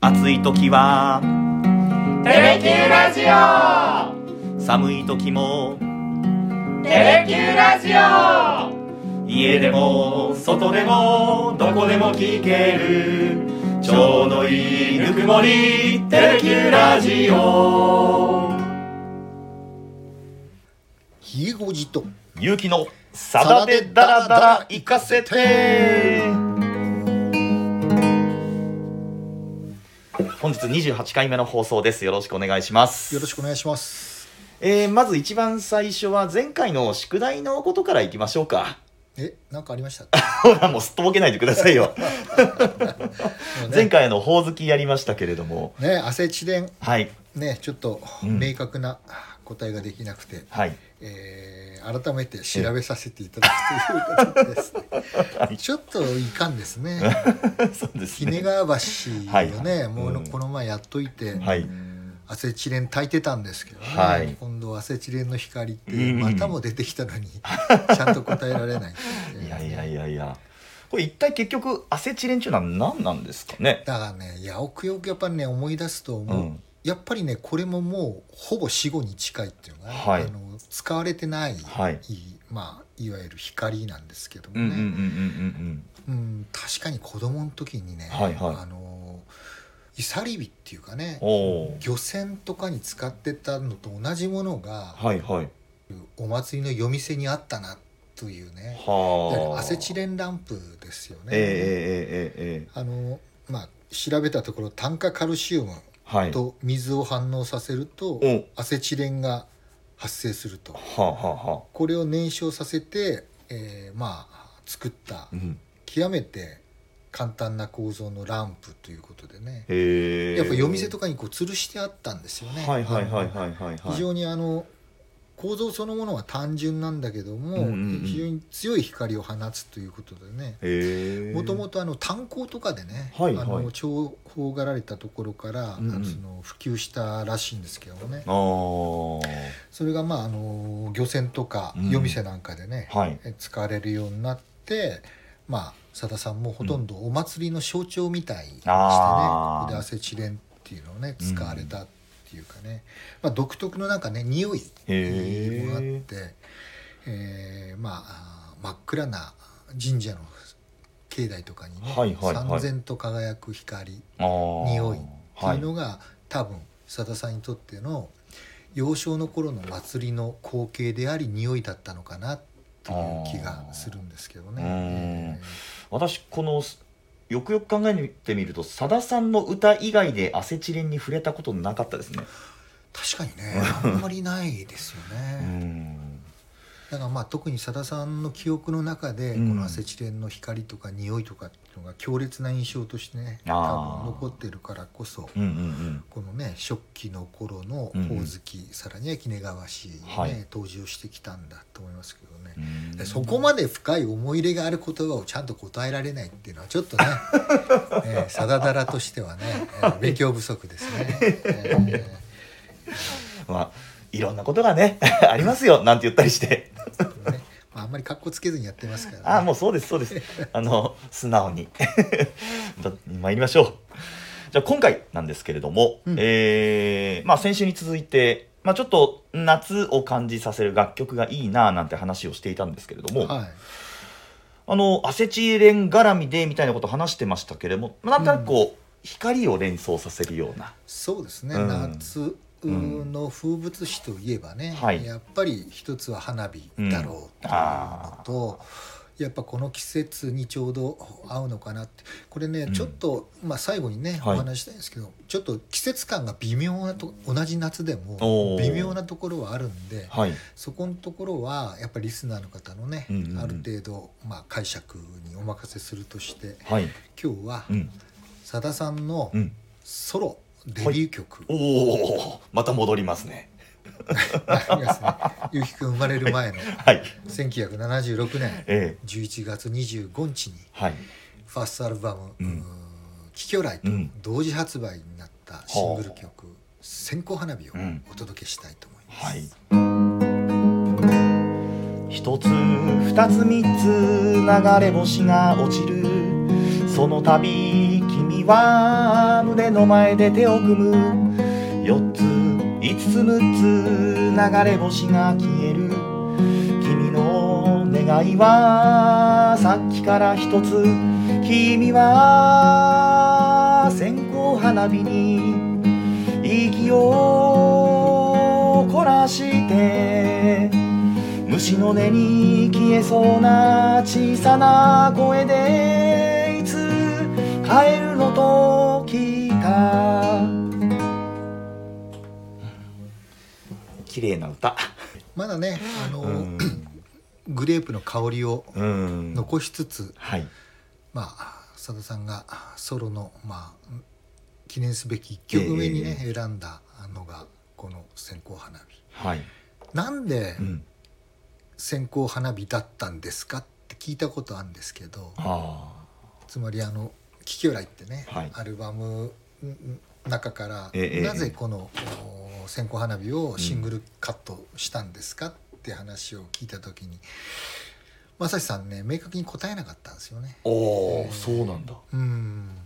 暑い時はテレキューラジオ寒い時もテレキューラジオ家でも外でもどこでも聞けるちょうどいいぬくもりテレキューラジオひげごじと勇気のさだでダラダラ行かせて本日28回目の放送ですよろしくお願いしますよろしくお願いしますえーまず一番最初は前回の宿題のことからいきましょうかえなんかありましたほらもうすっとぼけないでください よもう ね前回あのほおずきやりましたけれどもねアセチレンはいねちょっとうん明確な答えができなくて、 はいえー改めて調べさせていただくということですね、 ちょっといかんですねそうです鬼ね怒川橋をね、はいもうのうんこの前やっといて、はいアセチレン炊いてたんですけどね、はい今度アセチレンの光ってうんまたも出てきた のにちゃんと答えられないっ ていやいやいやいやこれ一体結局アセチレンっていうのは何なんですかねだからねいやよくよくやっぱりね思い出すと思う、うんやっぱりねこれももうほぼ死後に近いっていうのが、はいあの使われてない、はいいまあ、いわゆる光なんですけどもうんうんうんうんね、うんうん確かに子供の時にね、はいはいあのイサリビっていうかねうんおー漁船とかに使ってたのと同じものが、はいはいお祭りの夜店にあったなというねいわゆはるあアセチレンランプですよね。ええええええええあのまあ、調べたところ炭化カルシウムはいはと水を反応させるとおアセチレンが発生するとあはあはあこれを燃焼させて、えーまあ作ったうん極めて簡単な構造のランプということでねへえやっぱ夜店とかかにこう吊るしてあったんですよね。はいはいはいあはいはいのはい非常にあの構造そのものは単純なんだけども、うんうんうん非常に強い光を放つということでねへえもともとあの炭鉱とかでね、はいはいあの重宝がられたところから、うんうんその普及したらしいんですけどもねあそれがまああの漁船とかうん夜店なんかでね、あはいえ使われるようになってまあさださんもほとんどお祭りの象徴みたいにしてね、あーここでアセチレンっていうのをね使われたっていうかね、まあ、独特のなんかね匂いもへーあって、えーまああー真っ暗な神社の境内とかにね、はいはいはい三千と輝く光あー匂いっていうのが、多分さださんにとっての幼少の頃の祭りの光景であり匂いだったのかなという気がするんですけどあーね。私このよくよく考えてみるとさださんの歌以外でアセチレンに触れたことなかったですね確かにねあんまりないですようね。んだからまあ特にさださんの記憶の中で、うんこのアセチレンの光とか匂いとかっていうのが強烈な印象としてね多あー分残ってるからこそ。うんうんこのね初期の頃のうんうんほおずき、さらには鬼怒川市にね、はい登場してきたんだと思いますけどねう、んでそこまで深い思い入れがある言葉をちゃんと答えられないっていうのはちょっ とねえーさだだらとしてはね、えー勉強不足です ね。えーまあいろんなことがね ありますよなんて言ったりしてねまあ、あんまり格好つけずにやってますから、ね、ああもうそうですそうですあの素直に だ参りましょうじゃあ今回なんですけれども、うんえーまあ、先週に続いて、まあ、ちょっと夏を感じさせる楽曲がいいなあなんて話をしていたんですけれども、はい、あのアセチレン絡みでみたいなこと話してましたけれどもまあなんとなくこう、光を連想させるようなそうですね、うん夏うんの風物詩といえばね、はいやっぱり一つは花火だろうというのと、やっぱこの季節にちょうど合うのかなってこれね、うんちょっと、まあ、最後にねおはい話ししたいんですけど、ちょっと季節感が微妙なと同じ夏でおもー微妙なところはあるんではいそこのところはやっぱりリスナーの方のね、うんうんうんある程度、まあ、解釈にお任せするとしてはい今日はうんさださんのうんソロデビュー曲、おおまた戻りますねありますね。 ゆうきくん生まれる前のはい1976年ええ11月25日にはいファーストアルバム「ううんーキキョライ」とうん同時発売になったシングル曲「線香花火」をうんお届けしたいと思います。はい一つ二つ三つ流れ星が落ちるその度君は胸の前で手を組む4つ5つ6つ流れ星が消える君の願いはさっきから一つ君は線香花火に息を凝らして虫の音に消えそうな小さな声でいつ帰るのと聞いた綺麗な歌まだねあの、うん、グレープの香りをうん、残しつつ、はいまあさださんがソロの、まあ、記念すべき1曲目にね、選んだのがこの「線香花火はい、」なんでうん、線香花火だったんですかって聞いたことあるんですけどあつまりあの「キキョライ」ってね、はいアルバムの中から、ええええなぜこのお線香花火をシングルカットしたんですか、って話を聞いた時に正志さんね明確に答えなかったんですよね。あーそうなんだうん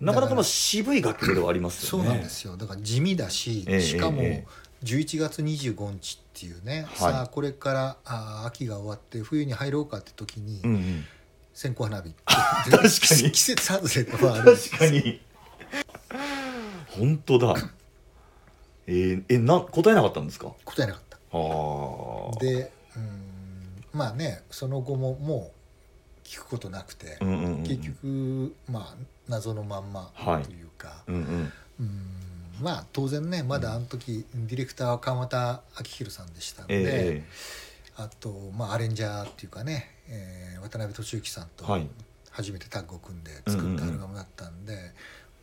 なかなかまあ渋い楽曲ではありますそようねなんですよだから地味だし、ええしかもええ11月25日っていうはね、いさあこれからあー秋が終わって冬に入ろうかって時にうんうん、線香花火って確かに季季節外れとかある確かに本当だえー、えな答えなかったんですか答えなかったああでうんまあねその後ももう聞くことなくて、うんうんうん結局まあ謎のまんまはいというか、うんうんうんまあ当然ねまだあの時、ディレクターは川又明宏さんでしたんで。えあと、まあ、アレンジャーっていうかね、えー渡辺俊之さんえとはい初めてタッグを組んで作ったアルバムだったんで、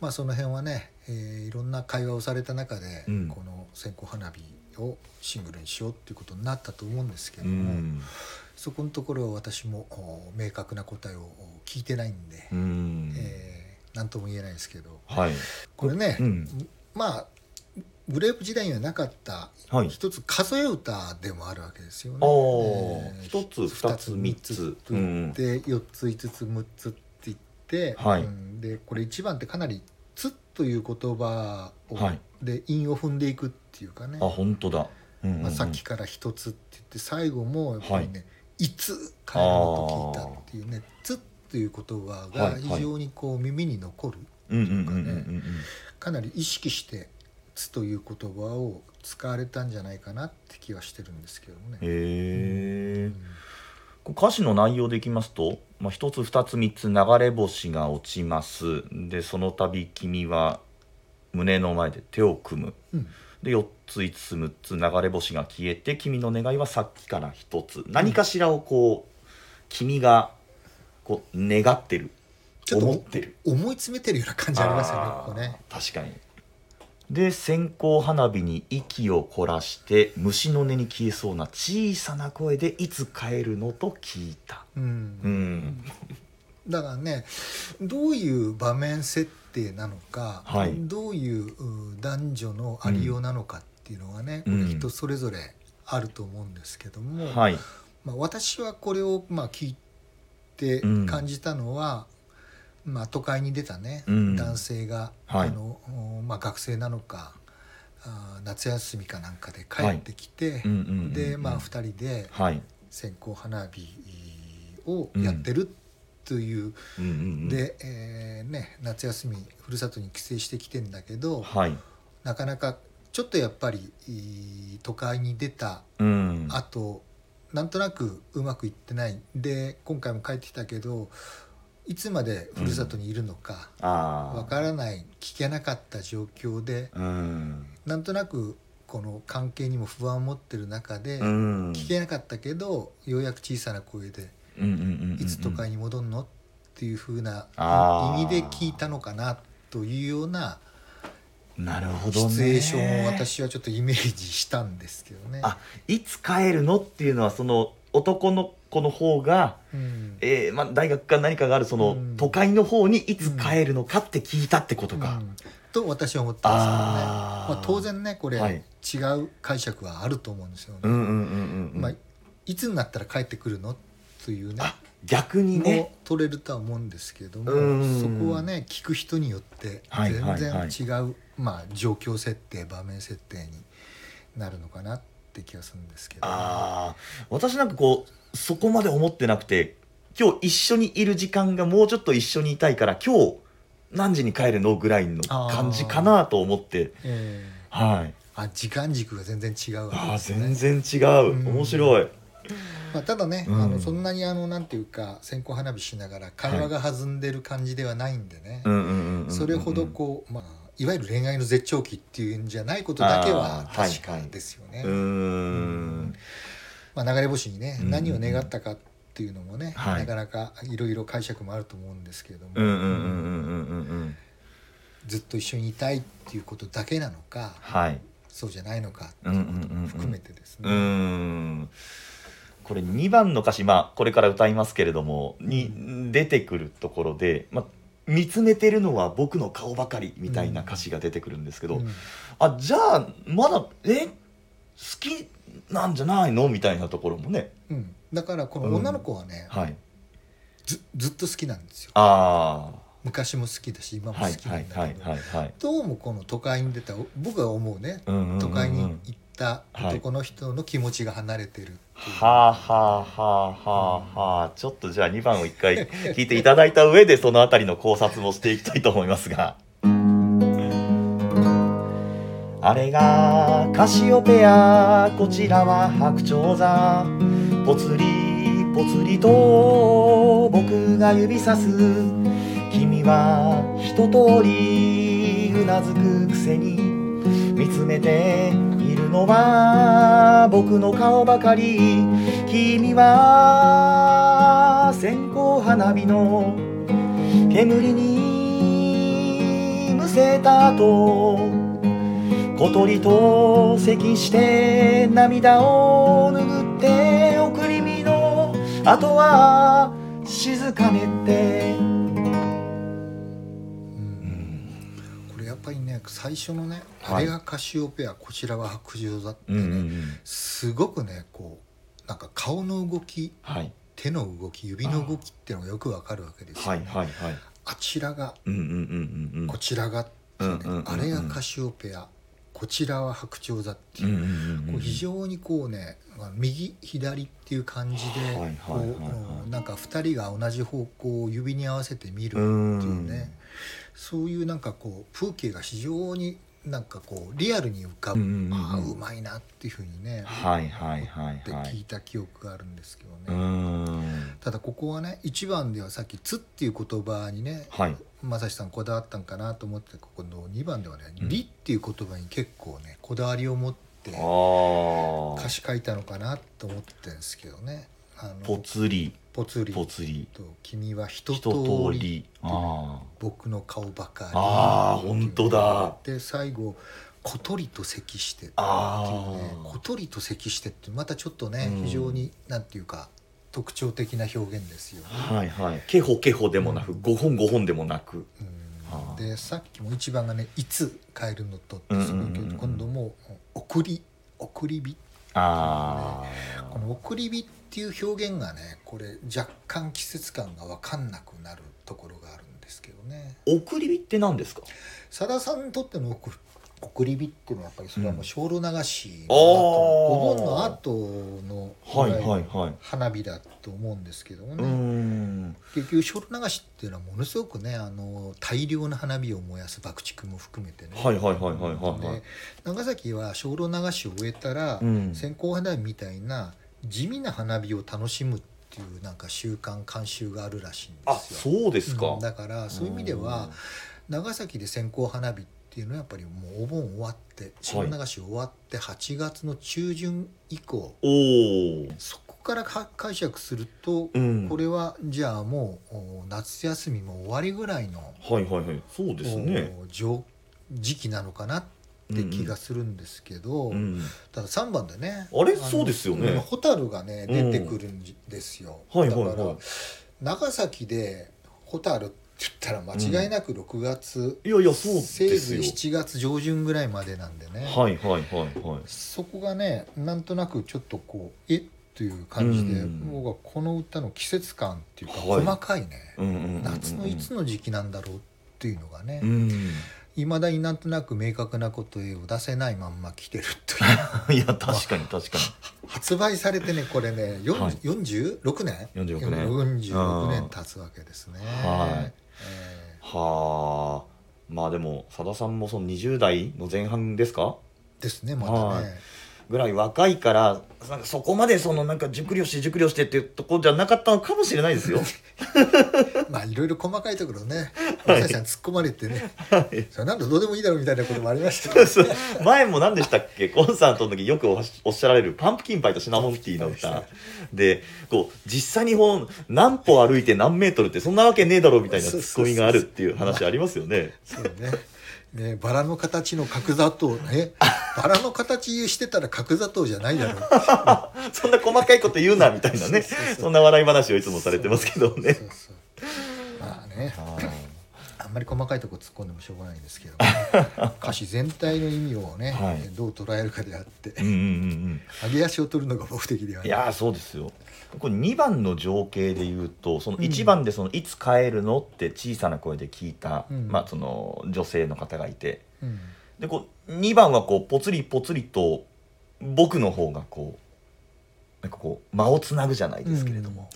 まあ、その辺はね、えーいろんな会話をされた中で、うんこの「線香花火」をシングルにしようっていうことになったと思うんですけうども、んそこのところは私もお明確な答えをお聞いてないんでう、ん、えーなんとも言えないですけどはいこれね、うんまあグレープ時代にはなかったはい一つ数え歌でもあるわけですよね。ああえー一つ二つ三つとうんうん言って4つ5つ6つって言って、はいうんでこれ1番ってかなり「つ」という言葉を、はいで韻を踏んでいくっていうかね、あ本当だ、うんうんうんまあ、さっきから「一つ」って言って最後もやっぱりね「い、つ」からのと聞いたっていうね「つ」という言葉はいがはい非常にこう耳に残る、うんうんうんうんうんかなり意識して「つ」という言葉を使われたんじゃないかなって気はしてるんですけどもね。うんへえうんこう歌詞の内容でいきますと、まあ、1つ2つ3つ流れ星が落ちますでその度君は胸の前で手を組むうんで4つ5つ6つ流れ星が消えて君の願いはさっきから1つ何かしらをこう君がこう願ってるちょっと思ってる思い詰めてるような感じありますよねここねあー確かにで線香花火に息を凝らして虫の音に消えそうな小さな声でいつ帰るのと聞いたうん、うんだからねどういう場面設定なのか、はいどういうう男女のありようなのかっていうのはね、うんこれ人それぞれあると思うんですけども、はいまあ、私はこれをまあ聞いてうん感じたのは、まあ、都会に出たね、うん男性が、はいあのおまあ、学生なのかあー夏休みかなんかで帰ってきて、うんうんうんうんで、まあ、2人ではい、線香花火をやってるという、うんうんうん、で、えーね、夏休みふるさとに帰省してきてんだけどはい、なかなかちょっとやっぱりいい都会に出たうん、あとなんとなくうまくいってないで今回も帰ってきたけどいつまでふるさとにいるのかあーわからない聞けなかった状況でうん、なんとなくこの関係にも不安を持ってる中でうん、聞けなかったけどようやく小さな声でうんうんうんうん、いつ都会に戻んのっていうふうなあー意味で聞いたのかなというようななるほシどねチュエーションを私はちょっとイメージしたんですけどね。あいつ帰るのっていうのはその男の子の方が、うんえーまあ、大学か何かがあるその、うん都会の方にいつ帰るのかって聞いたってことうか、んと私は思ったんですけどねあーまあ、当然ねこれ、はい違う解釈はあると思うんですよね。うん、うんうんうんうんまあ、いつになったら帰ってくるのというねあ逆にねも取れるとは思うんですけども、うんそこはね聞く人によってはい全はい然違う、はいまあ、状況設定場面設定になるのかなって気がするんですけど、ああ私なんかこうそこまで思ってなくて今日一緒にいる時間がもうちょっと一緒にいたいから今日何時に帰るのぐらいの感じかなと思ってえはいーあ時間軸が全然違うわけあであすね全然違ううん面白いまあ、ただね、うんあのそんなにあのなんていうか線香花火しながら会話が弾んでる感じではないんでね、うんうんうんうんうんそれほどこう、まあ、いわゆる恋愛の絶頂期っていうんじゃないことだけはあーはい確かですよね。うーんまあ、流れ星にね、うん何を願ったかっていうのもね、はいなかなかいろいろ解釈もあると思うんですけれども、うんうんうんうんうんうんうんずっと一緒にいたいっていうことだけなのかはいそうじゃないのかってうんいううんことうんうもん含めてですうね、ーんこれ2番の歌詞、まあ、これから歌いますけれどもに出てくるところで、まあ、見つめてるのは僕の顔ばかりみたいな歌詞が出てくるんですけど、うんあじゃあまだえ好きなんじゃないのみたいなところもねうんだからこの女の子はね、はいずずっと好きなんですよあ昔も好きだしあ今もは好いきはないんだけど、はいはいはいどうもこの都会に出た僕は思うねうんうんうんうん都会に行ったはい男の人の気持ちが離れてるっていう、はあはあはあはあはあちょっとじゃあ2番を1回聞いていただいた上でそのあたりの考察もしていきたいと思いますがあれがカシオペアこちらは白鳥座ぽつりぽつりと僕が指さす君は一通りうなずくくせに見つめているのは僕の顔ばかり君は線香花火の煙にむせた後小鳥と咳して涙を拭って送り火の後は静かねってうんこれやっぱりね最初のね「あれがカシオペアこちらは白状だ」ってね、すごくねこうなんか顔の動きはい手の動き指の動きっていうのがよくわかるわけですよ、はいはいはいあちらがうんうんうんうんこちらがっていうね、うんうんうんうんあれがカシオペアこちらは白鳥座っていうう,、んうんうんうんこう非常にこうねまあ右左っていう感じで、はいこはういはいはいうんなんか2人が同じ方向を指に合わせて見るっていうねそういうなんかこう風景が非常になんかこうリアルに浮かぶ、うんうんうんうんああうまいなっていうふうにね、はいはいはいっては聞いいた記憶があるんですけどね。うーんただここはね1番ではさっき「つ」っていう言葉にねはいまさしさんこだわったんかなと思ってここの2番ではね「うんり」っていう言葉に結構ねこだわりを持ってあ歌ー詞書いたのかなと思ってんですけどね「あぽのつりぽつりぽ」つりと「君は一一通通りりあ僕の顔ばかり」あー本当だで最後「小鳥と咳して」っていうあねー小鳥と咳して」ってまたちょっとねうん非常になんていうか特徴的な表現ですよねー。はいはいけほけほでもなく五本五本でもなくあーでさっきも一番がね「いつ帰るのと」っうてんうんすうんうごんいけど、今度も「送り」「送り火」あこの「送り火」っていう表現がねこれ若干季節感が分かんなくなるところがあるんですけどねー送り火って何ですかさださんにとっての送り送り火っていうのはやっぱりそれはもう精霊流しうのん後、お盆の後のはいわゆるはいはい花火だと思うんですけどもうーね、ん結局精霊流しっていうのはものすごくねあの大量の花火を燃やす爆竹も含めてね、はいはいはいはいはいはいで長崎は精霊流しを終えたら、うん線香花火みたいな地味な花火を楽しむっていうなんか習慣慣習があるらしいんですよ。あそうですかうんだからそういう意味では長崎で線香花火っていうのはやっぱりもうお盆終わって精霊流し終わって8月の中旬以降、おおそこからか解釈すると、うんこれはじゃあもうお夏休みも終わりぐらいの。はいはいはいそうですねお上時期なのかなって気がするんですけど、うんただ3番でねあれのそうですよねん蛍がねうん出てくるんですよ、はいはいはいだから長崎で蛍って言ったら間違いなく6月、いやいやそうせいですぜいよ7月上旬ぐらいまでなんでね、はいはいはいはいそこがねなんとなくちょっとこうえっていう感じで、うん僕はこの歌の季節感っていうかはい細かいね、うんうんうんうん夏のいつの時期なんだろうっていうのがねう、ん いまだになんとなく明確なことを出せないまんま来てるという いや確かに確かに発売されてねこれね、よんはい46年46年46年経つわけですね。はいえはあまあでもさださんもその20代の前半ですかーですねまたね。ぐらい若いからなんかそこまでそのなんか熟慮して熟慮してっていうとこじゃなかったのかもしれない ですよまあいろいろ細かいところ ねお医者さん突っ込まれてね、それなんだどうでもいいだろうみたいなこともありま したけどそう前も何でしたっけコンサートの時よくおしおっしゃられる「パンプキンパイとシナモンティー」の歌でこう実際にこう何歩歩いて何メートルってそんなわけねえだろうみたいなツッコミがあるっていう話ありますよね。そうねねバラの形の角砂糖ねバラの形してたら角砂糖じゃないだろう そんな細かいこと言うなみたいなねそんな笑い話をいつもされてますけどねそ。うそうまあねああんまり細かいとこ突っ込んでもしょうがないんですけど、ね、歌詞全体の意味をね、はいどう捉えるかであってーうんうんうん揚げ足を取るのが僕的ではうん、いやーそうですよこれ2番の情景で言うとその1番でその「いつ帰るの?」って小さな声で聞いた、うんまあ、その女性の方がいてうんでこう2番はこうぽつりぽつりと僕の方がこうなんかこう間をつなぐじゃないですけれども、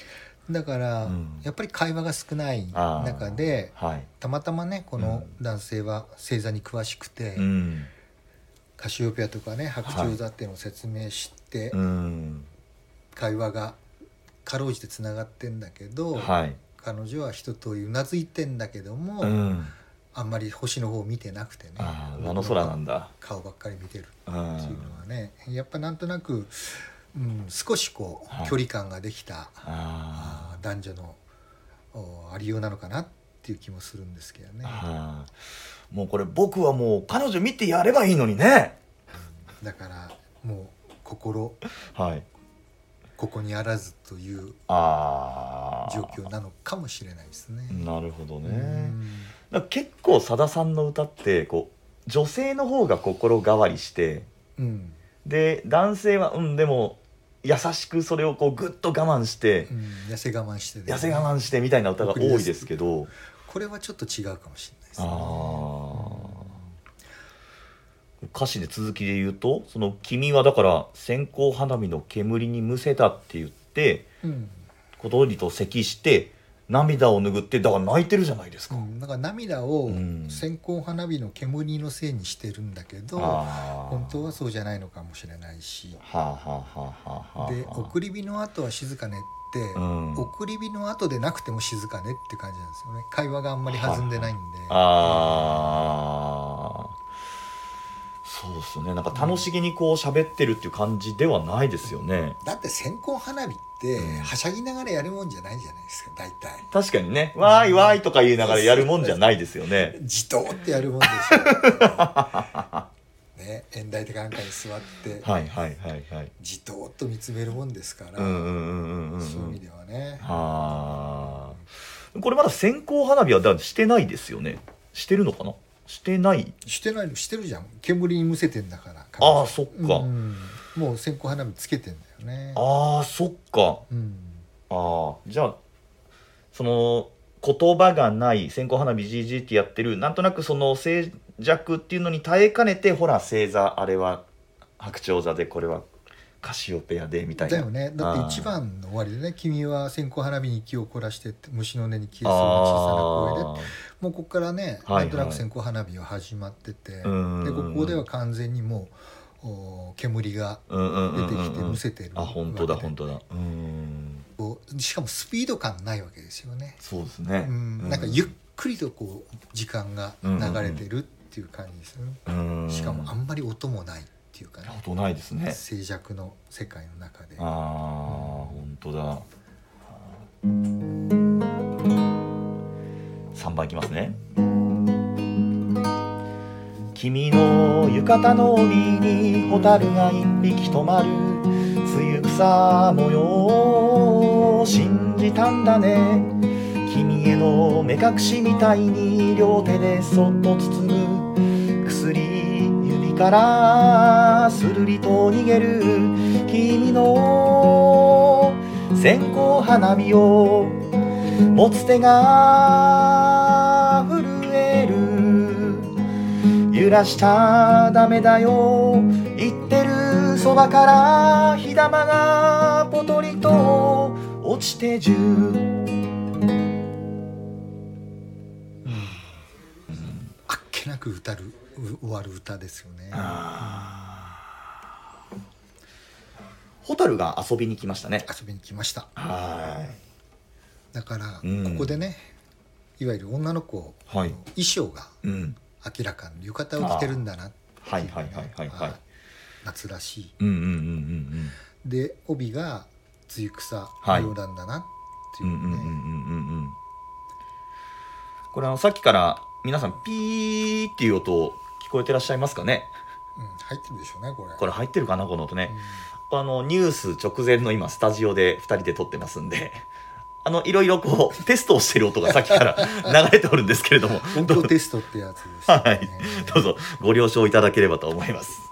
だから、うんやっぱり会話が少ないあー中ではい、たまたまねこの男性は星座に詳しくて、うんカシオペアとかね白鳥座っていうのを説明して、うん会話がかろうじてつながってんだけど、はい、彼女は人とうなずいてんだけども、うん、あんまり星の方を見てなくてねあーあの空なんだ、顔ばっかり見てるうっていうんのはね、やっぱなんとなく、うん、少しこはうい距離感ができた、あーあー男女のおありようなのかなっていう気もするんですけどね、はいもうこれ僕はもう彼女見てやればいいのにねだからもう心はいここにあらずというああ状況なのかもしれないですね。なるほどうねんだから結構さださんの歌ってこう女性の方が心変わりしてうんで男性はうんでも優しくそれをこうグッと我慢してうん、痩せ我慢してね痩せ我慢してみたいな歌が多いですけどこれはちょっと違うかもしれないですあねー歌詞で続きで言うと「その君はだから線香花火の煙にむせた」って言ってうんことりと咳して涙を拭ってだから泣いてるじゃないですうか。ん、だから涙をうん線香花火の煙のせいにしてるんだけど、あー本当はそうじゃないのかもしれないしはあはあはあはあはあで送り火の後は静かねって、うん送り火の後でなくても静かねって感じなんですよね会話があんまり弾んでないんで、ああそうっすねなんか楽しげにこう喋ってるっていう感じではないですよねだって線香花火ってうんはしゃぎながらやるもんじゃないじゃないですか大体確かにね「わーいわーい」とか言いながらやるもんじゃないですよねじとーってやるもん でしょね縁台でかなんかに座ってはいはいはいはいじとーっと見つめるもんですから、うんうんうんうんうんそういうう意味んではね、はあこれまだ線香花火はだしてないですよねしてるのかなしてないしてないのしてるじゃん煙にむせてんだからああそっか、うんもう線香花火つけてんだよねああそっかうんああじゃあその言葉がない線香花火 GG ってやってるなんとなくその静寂っていうのに耐えかねてほら星座あれは白鳥座でこれはカシオペアでみたいなだよねだって一あ番の終わりでね「君は線香花火に気を凝らして」って虫の音に消えーそうな小さな声であもうここからね、はいはいなんとなく線香花火は始まっててでうんここでは完全にもうお煙がーうんうんうん出うてんうんきてむせてるあ本当だわけで本当だうんこうしかもスピード感ないわけですよねそうですねうんなんかゆっくりとこう時間が流れてるっていう感じですよね、うんしかもあんまり音もないっていうかね音ないですね静寂の世界の中でああ本当だ3番いきますね君の浴衣の帯に蛍が一匹止まる露草模様を信じたんだね君への目隠しみたいに両手でそっと包む薬指からするりと逃げる君の線香花火を持つ手が震える揺らしたらダメだよ言ってるそばから火玉がポトリと落ちてじゅうあっけなく歌るう終わる歌ですよね蛍が遊びに来ましたね遊びに来ましたはだから、うんここでねいわゆる女の子いはい衣装がうん明らかに浴衣を着てるんだなはいはいはいはいはい夏らしいうんうんうんで帯が露草は模い様なんだなってういんうんうんううんうんうんうね、んうんこれあのさっきから皆さんピーっていう音聞こえてらっしゃいますかねうん入ってるでしょうねこれこれ入ってるかなこの音ね、うんあのニュース直前の今スタジオで2人で撮ってますんであのいろいろこうテストをしてる音がさっきから流れておるんですけれども音ど響うテストってやつですよね、はいどうぞご了承いただければと思います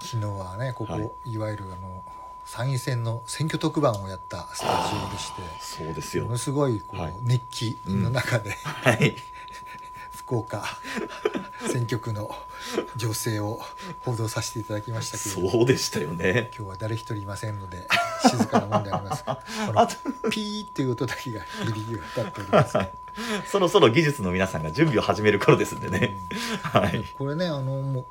昨日はねここ、、はいわゆるあの参院選の選挙特番をやったスタジオでしてそうですよものすごいこう、はい熱気の中で、 はい福岡 選挙区の情勢を報道させていただきましたけれどそうでしたよね今日は誰一人いませんので静かなもんであ りますこのあとピーっていう音だけがギリギリが立っております、 そろそろ技術の皆さんが準備を始める頃ですんでね、はい、これねあのもう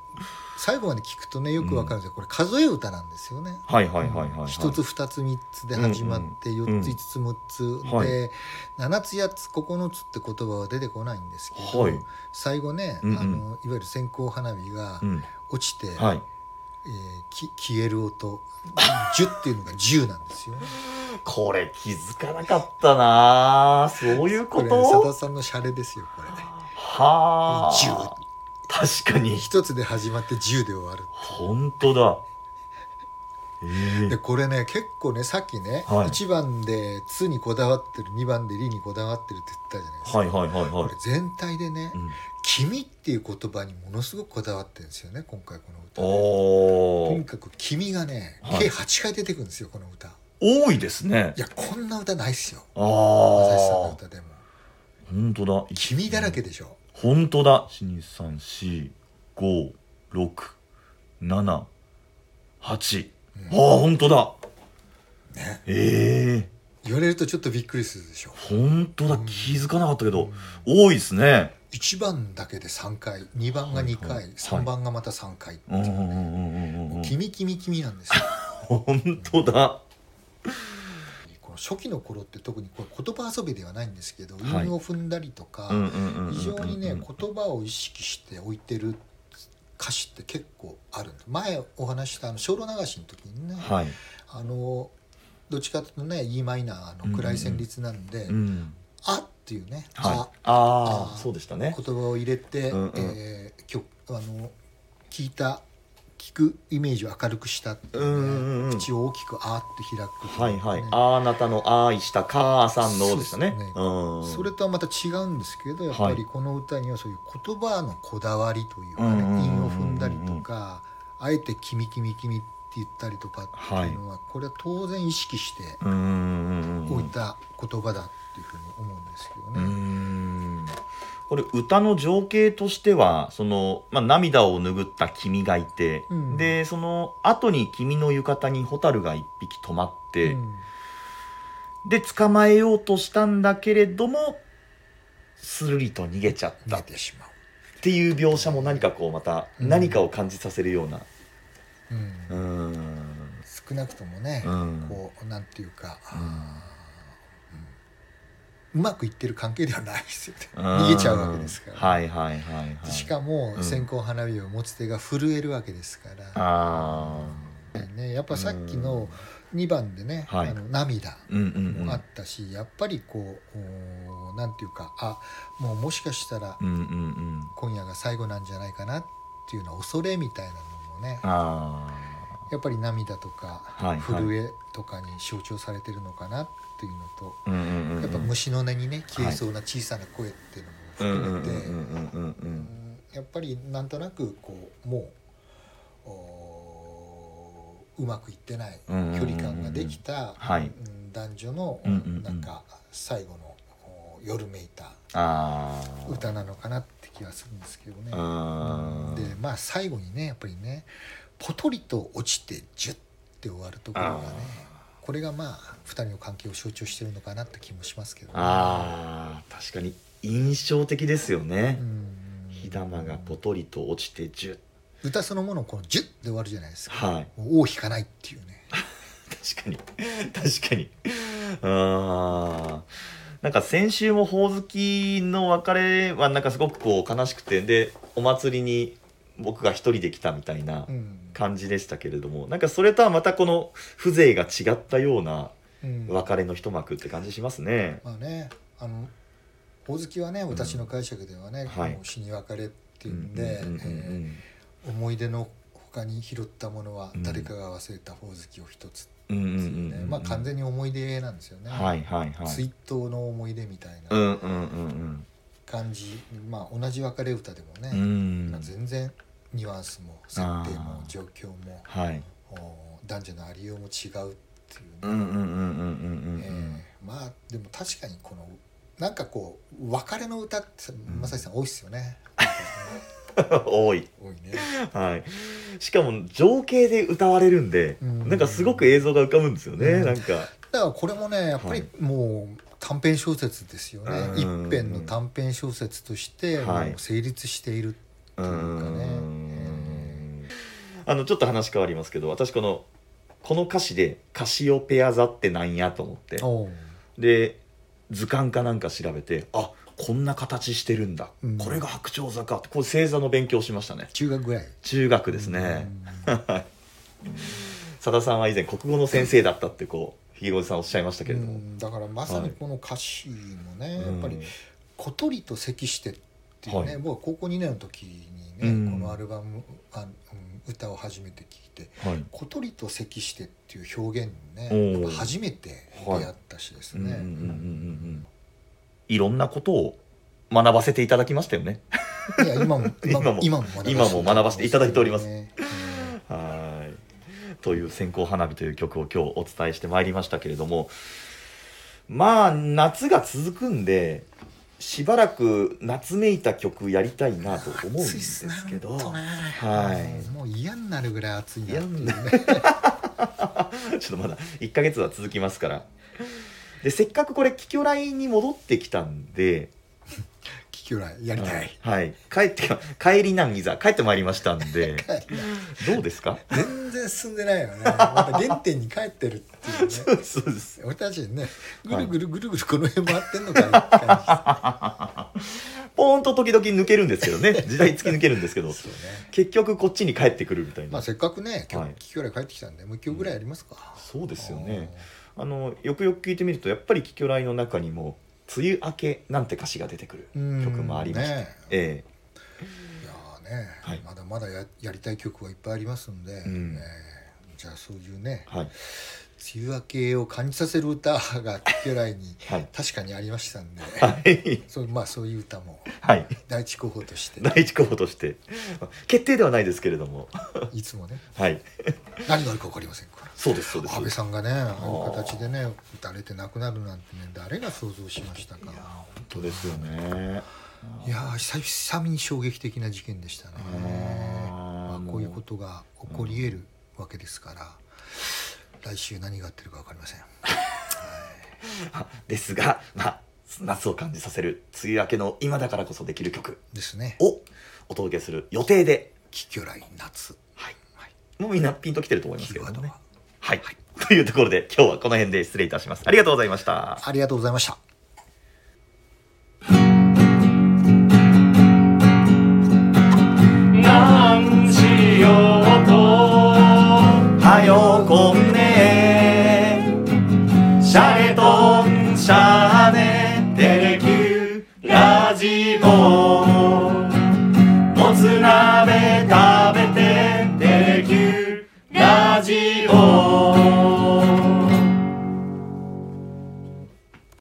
最後まで聞くとねよくわかるんですけど、これ数え歌なんですよねはいはいはいはいはい一つ二つ三つで始まってうんうん四つ五つ六つはいで七つ八つ九つって言葉は出てこないんですけどはい最後ねあうんうんのいわゆる線香花火がうん落ちてはいえーき消える音十っていうのが十なんですよ。これ気づかなかったなあそういうこ これと佐田さんのシャレですよこれ。はあ十確かに一つで始まって十で終わる。本当だえでえこれね結構ねさっきねはい一番で「つ」にこだわってる二番で「り」にこだわってるって言ったじゃないですか。はいはいはいはこいれ全体でね、うん君っていう言葉にものすごくこだわってるんですよね今回この歌ねとおにーかく君がね、はい計8回出てくるんですよこの歌い多いですねやこんな歌ないっすよああ朝日さんの歌でも本当だ君だらけでしょ、本当だ1 2 3 4 5 6 7 8ああ本当だね、ええ言われるとちょっとびっくりするでしょ本当だ気づかなかったけど多いですね1番だけで3回2番が2回、はいはい3番がまた3回、うんうんうんうんうんうん君君君なんですよ本当だこの初期の頃って特にこれ言葉遊びではないんですけどはい韻を踏んだりとか、うんうんうんうんうん非常にね言葉を意識して置いてる歌詞って結構あるんで前お話ししたあの小路流しの時にね、はいあのどっちかというとね E マイナーの暗い旋律なんでう「んあ」っていうね「はいああああそうでした」ね言葉を入れて、うんうんえー曲あの聞いた聞くイメージを明るくしたっていうねうんうんうん口を大きく「あ」って開くとはいはい、ねあなたの愛した母さんのでしたねそうですねうんそれとはまた違うんですけどやっぱはいりこの歌にはそういう言葉のこだわりというかうんうんうんうんね韻を踏んだりとかあえて「君君君」って言ったりとかっていうのはこれは当然意識してうんうんうん置いた言葉だっていうふうに思うんですけどうね。んこれ歌の情景としてはその、まあ、涙を拭った君がいて、うんでその後に君の浴衣に蛍が一匹止まって、うんで捕まえようとしたんだけれどもスルリと逃げちゃったなっってしまう。ていう描写も何かこうまたうん何かを感じさせるようなうんうん少なくともね、うんこうなんていうか、うまくいってる関係ではないですよね。逃げちゃうわけですから。はいはいはい、はい、でしかうもん線香花火を持つ手が震えるわけですから、あね、やっぱさっきの2番でね、はいあの涙あうんうんうんもあったし、やっぱりこうおーなんていうかあもうもしかしたらうんうんうん今夜が最後なんじゃないかなっていうのは恐れみたいなのもねあやっぱり涙とかはいはい震えとかに象徴されてるのかなっていうのと、あうんうんうんうんやっぱ虫の音にね消えそうな小さな声っていううんうんのうもん含めて、うんうんううんんやっぱりなんとなくこうもうおうまくいってない距うんうんうんうん離感ができた、はいうん男女のうんうんうんなんか最後のこう夜めいたあ歌なのかなって気がするんですけどね。あでまあ最後にねやっぱりねポトリと落ちてジュッて終わるところがねこれがまあ2人の関係を象徴してるのかなって気もしますけど、ね、あー確かに印象的ですよねうん火玉がポトリと落ちてジュッ歌そのものをこのジュッて終わるじゃないですかはいもう尾を引かないっていうね確かに 確かにあーなんか先週もほおずきの別れはなんかすごくこう悲しくてでお祭りに僕が一人で来たみたいなうん感じでしたけれどもなんかそれとはまたこの風情が違ったようなうん別れの一幕って感じしますね。まあねあの大月はね私の解釈ではね、はいもう死に別れっていうんで、うんうんうんうえんー思い出の他に拾ったものは誰かが忘れたほおずきを一つうんうんでうすよね、んうんまあ完全に思い出なんですよね、はいはいはい。追悼の思い出みたいうなんうんうん感じ、まあ同じ別れ歌でもうん。うね、まあん。全然ニュアンスも設定も状況もはい。お男女のありようも違うっていうね、うんうんうんうんうんうんうん。えーまあでも確かにこのなんかこう別れの歌ってまさしさん多いっすよね、多い。多いねはい。しかも情景で歌われるんで、うんなんかすごく映像が浮かぶんですよね。うんなんか。だからこれもねやっぱりはもう短編小説ですよね、うん一編の短編小説としてもはいう成立している、うかねん。あのちょっと話変わりますけど、私このこの歌詞でカシオペア座ってなんやと思って、おうで図鑑かなんか調べて、あこんな形してるんだ。うんこれが白鳥座かって、これ星座の勉強しましたね。中学ぐらい中学ですね。さださんは以前国語の先生だったってこうひげごじさんおっしゃいましたけうれども、んだからまさにこの歌詞もね、やっぱりうん「小鳥と咳して」っていうはね、い僕は高校2年の時にね、うんこのアルバムあ、うん歌を初めて聴いてはい「小鳥と咳して」っていう表現におねーやっぱ初めて出会ったしですね、うんうんうんうんうんいろんなことを学ばせていただきましたよね。いや今も 今も今も今も学ばせていただいておりますねはいという「線香花火」という曲を今日お伝えしてまいりましたけれどもまあ夏が続くんでしばらく夏めいた曲やりたいなと思うんですけど、暑いっすねほんとねはいもう嫌になるぐらい暑いなって嫌 いうにねなちょっとまだ1ヶ月は続きますから。で、せっかくこれ、キキョライに戻ってきたんで、聞きよらいやりたい、はい。帰ってきま、帰りなんいざ、帰ってまいりま したんで、どうですか 全然進んでないよねまた原点に帰ってるっていうね そうですそうです。俺たちねぐはるいぐるぐるぐるこの辺回ってんのかなって感ポーンと時々抜けるんですけど ね、時代突き抜けるんですけじどで、す よね。結局こっちに帰ってくるみたいまあな。せっかくね今は日い聞きぐらい帰ってきたんでもう一曲ぐらいやりますか。そうですよね。あの、よくよく聞いてみると、やっぱりキキョライの中にも、梅雨明けなんて歌詞が出てくるうん曲もありました。ねえいやーね、はいまだまだややりたい曲はいっぱいありますんで、んえーじゃあそういうねえはい。梅雨明けを感じさせる歌が聞きぐらいにはい確かにありましたんで、はい。そうまあそういう歌もはい。 第一候補として第一候補として決定ではないですけれどもいつもねはい何があるか分かりませんから。そうですそうです安倍さんがねああいう形でね打たれて亡くなるなんてね誰が想像しましたか本当ですよねいやー久々に衝撃的な事件でしたねあーまあ、こういうことが起こり得るわけですから、来週何があってるか分かりませんですがまあ夏を感じさせる梅雨明けの今だからこそできる曲ですねをお届けする予定で「気去来夏はい、はいもうみんなピンときてると思います」けキーれワどーもドねははい、というところで今日はこの辺で失礼いたしますありがとうございましたありがとうございました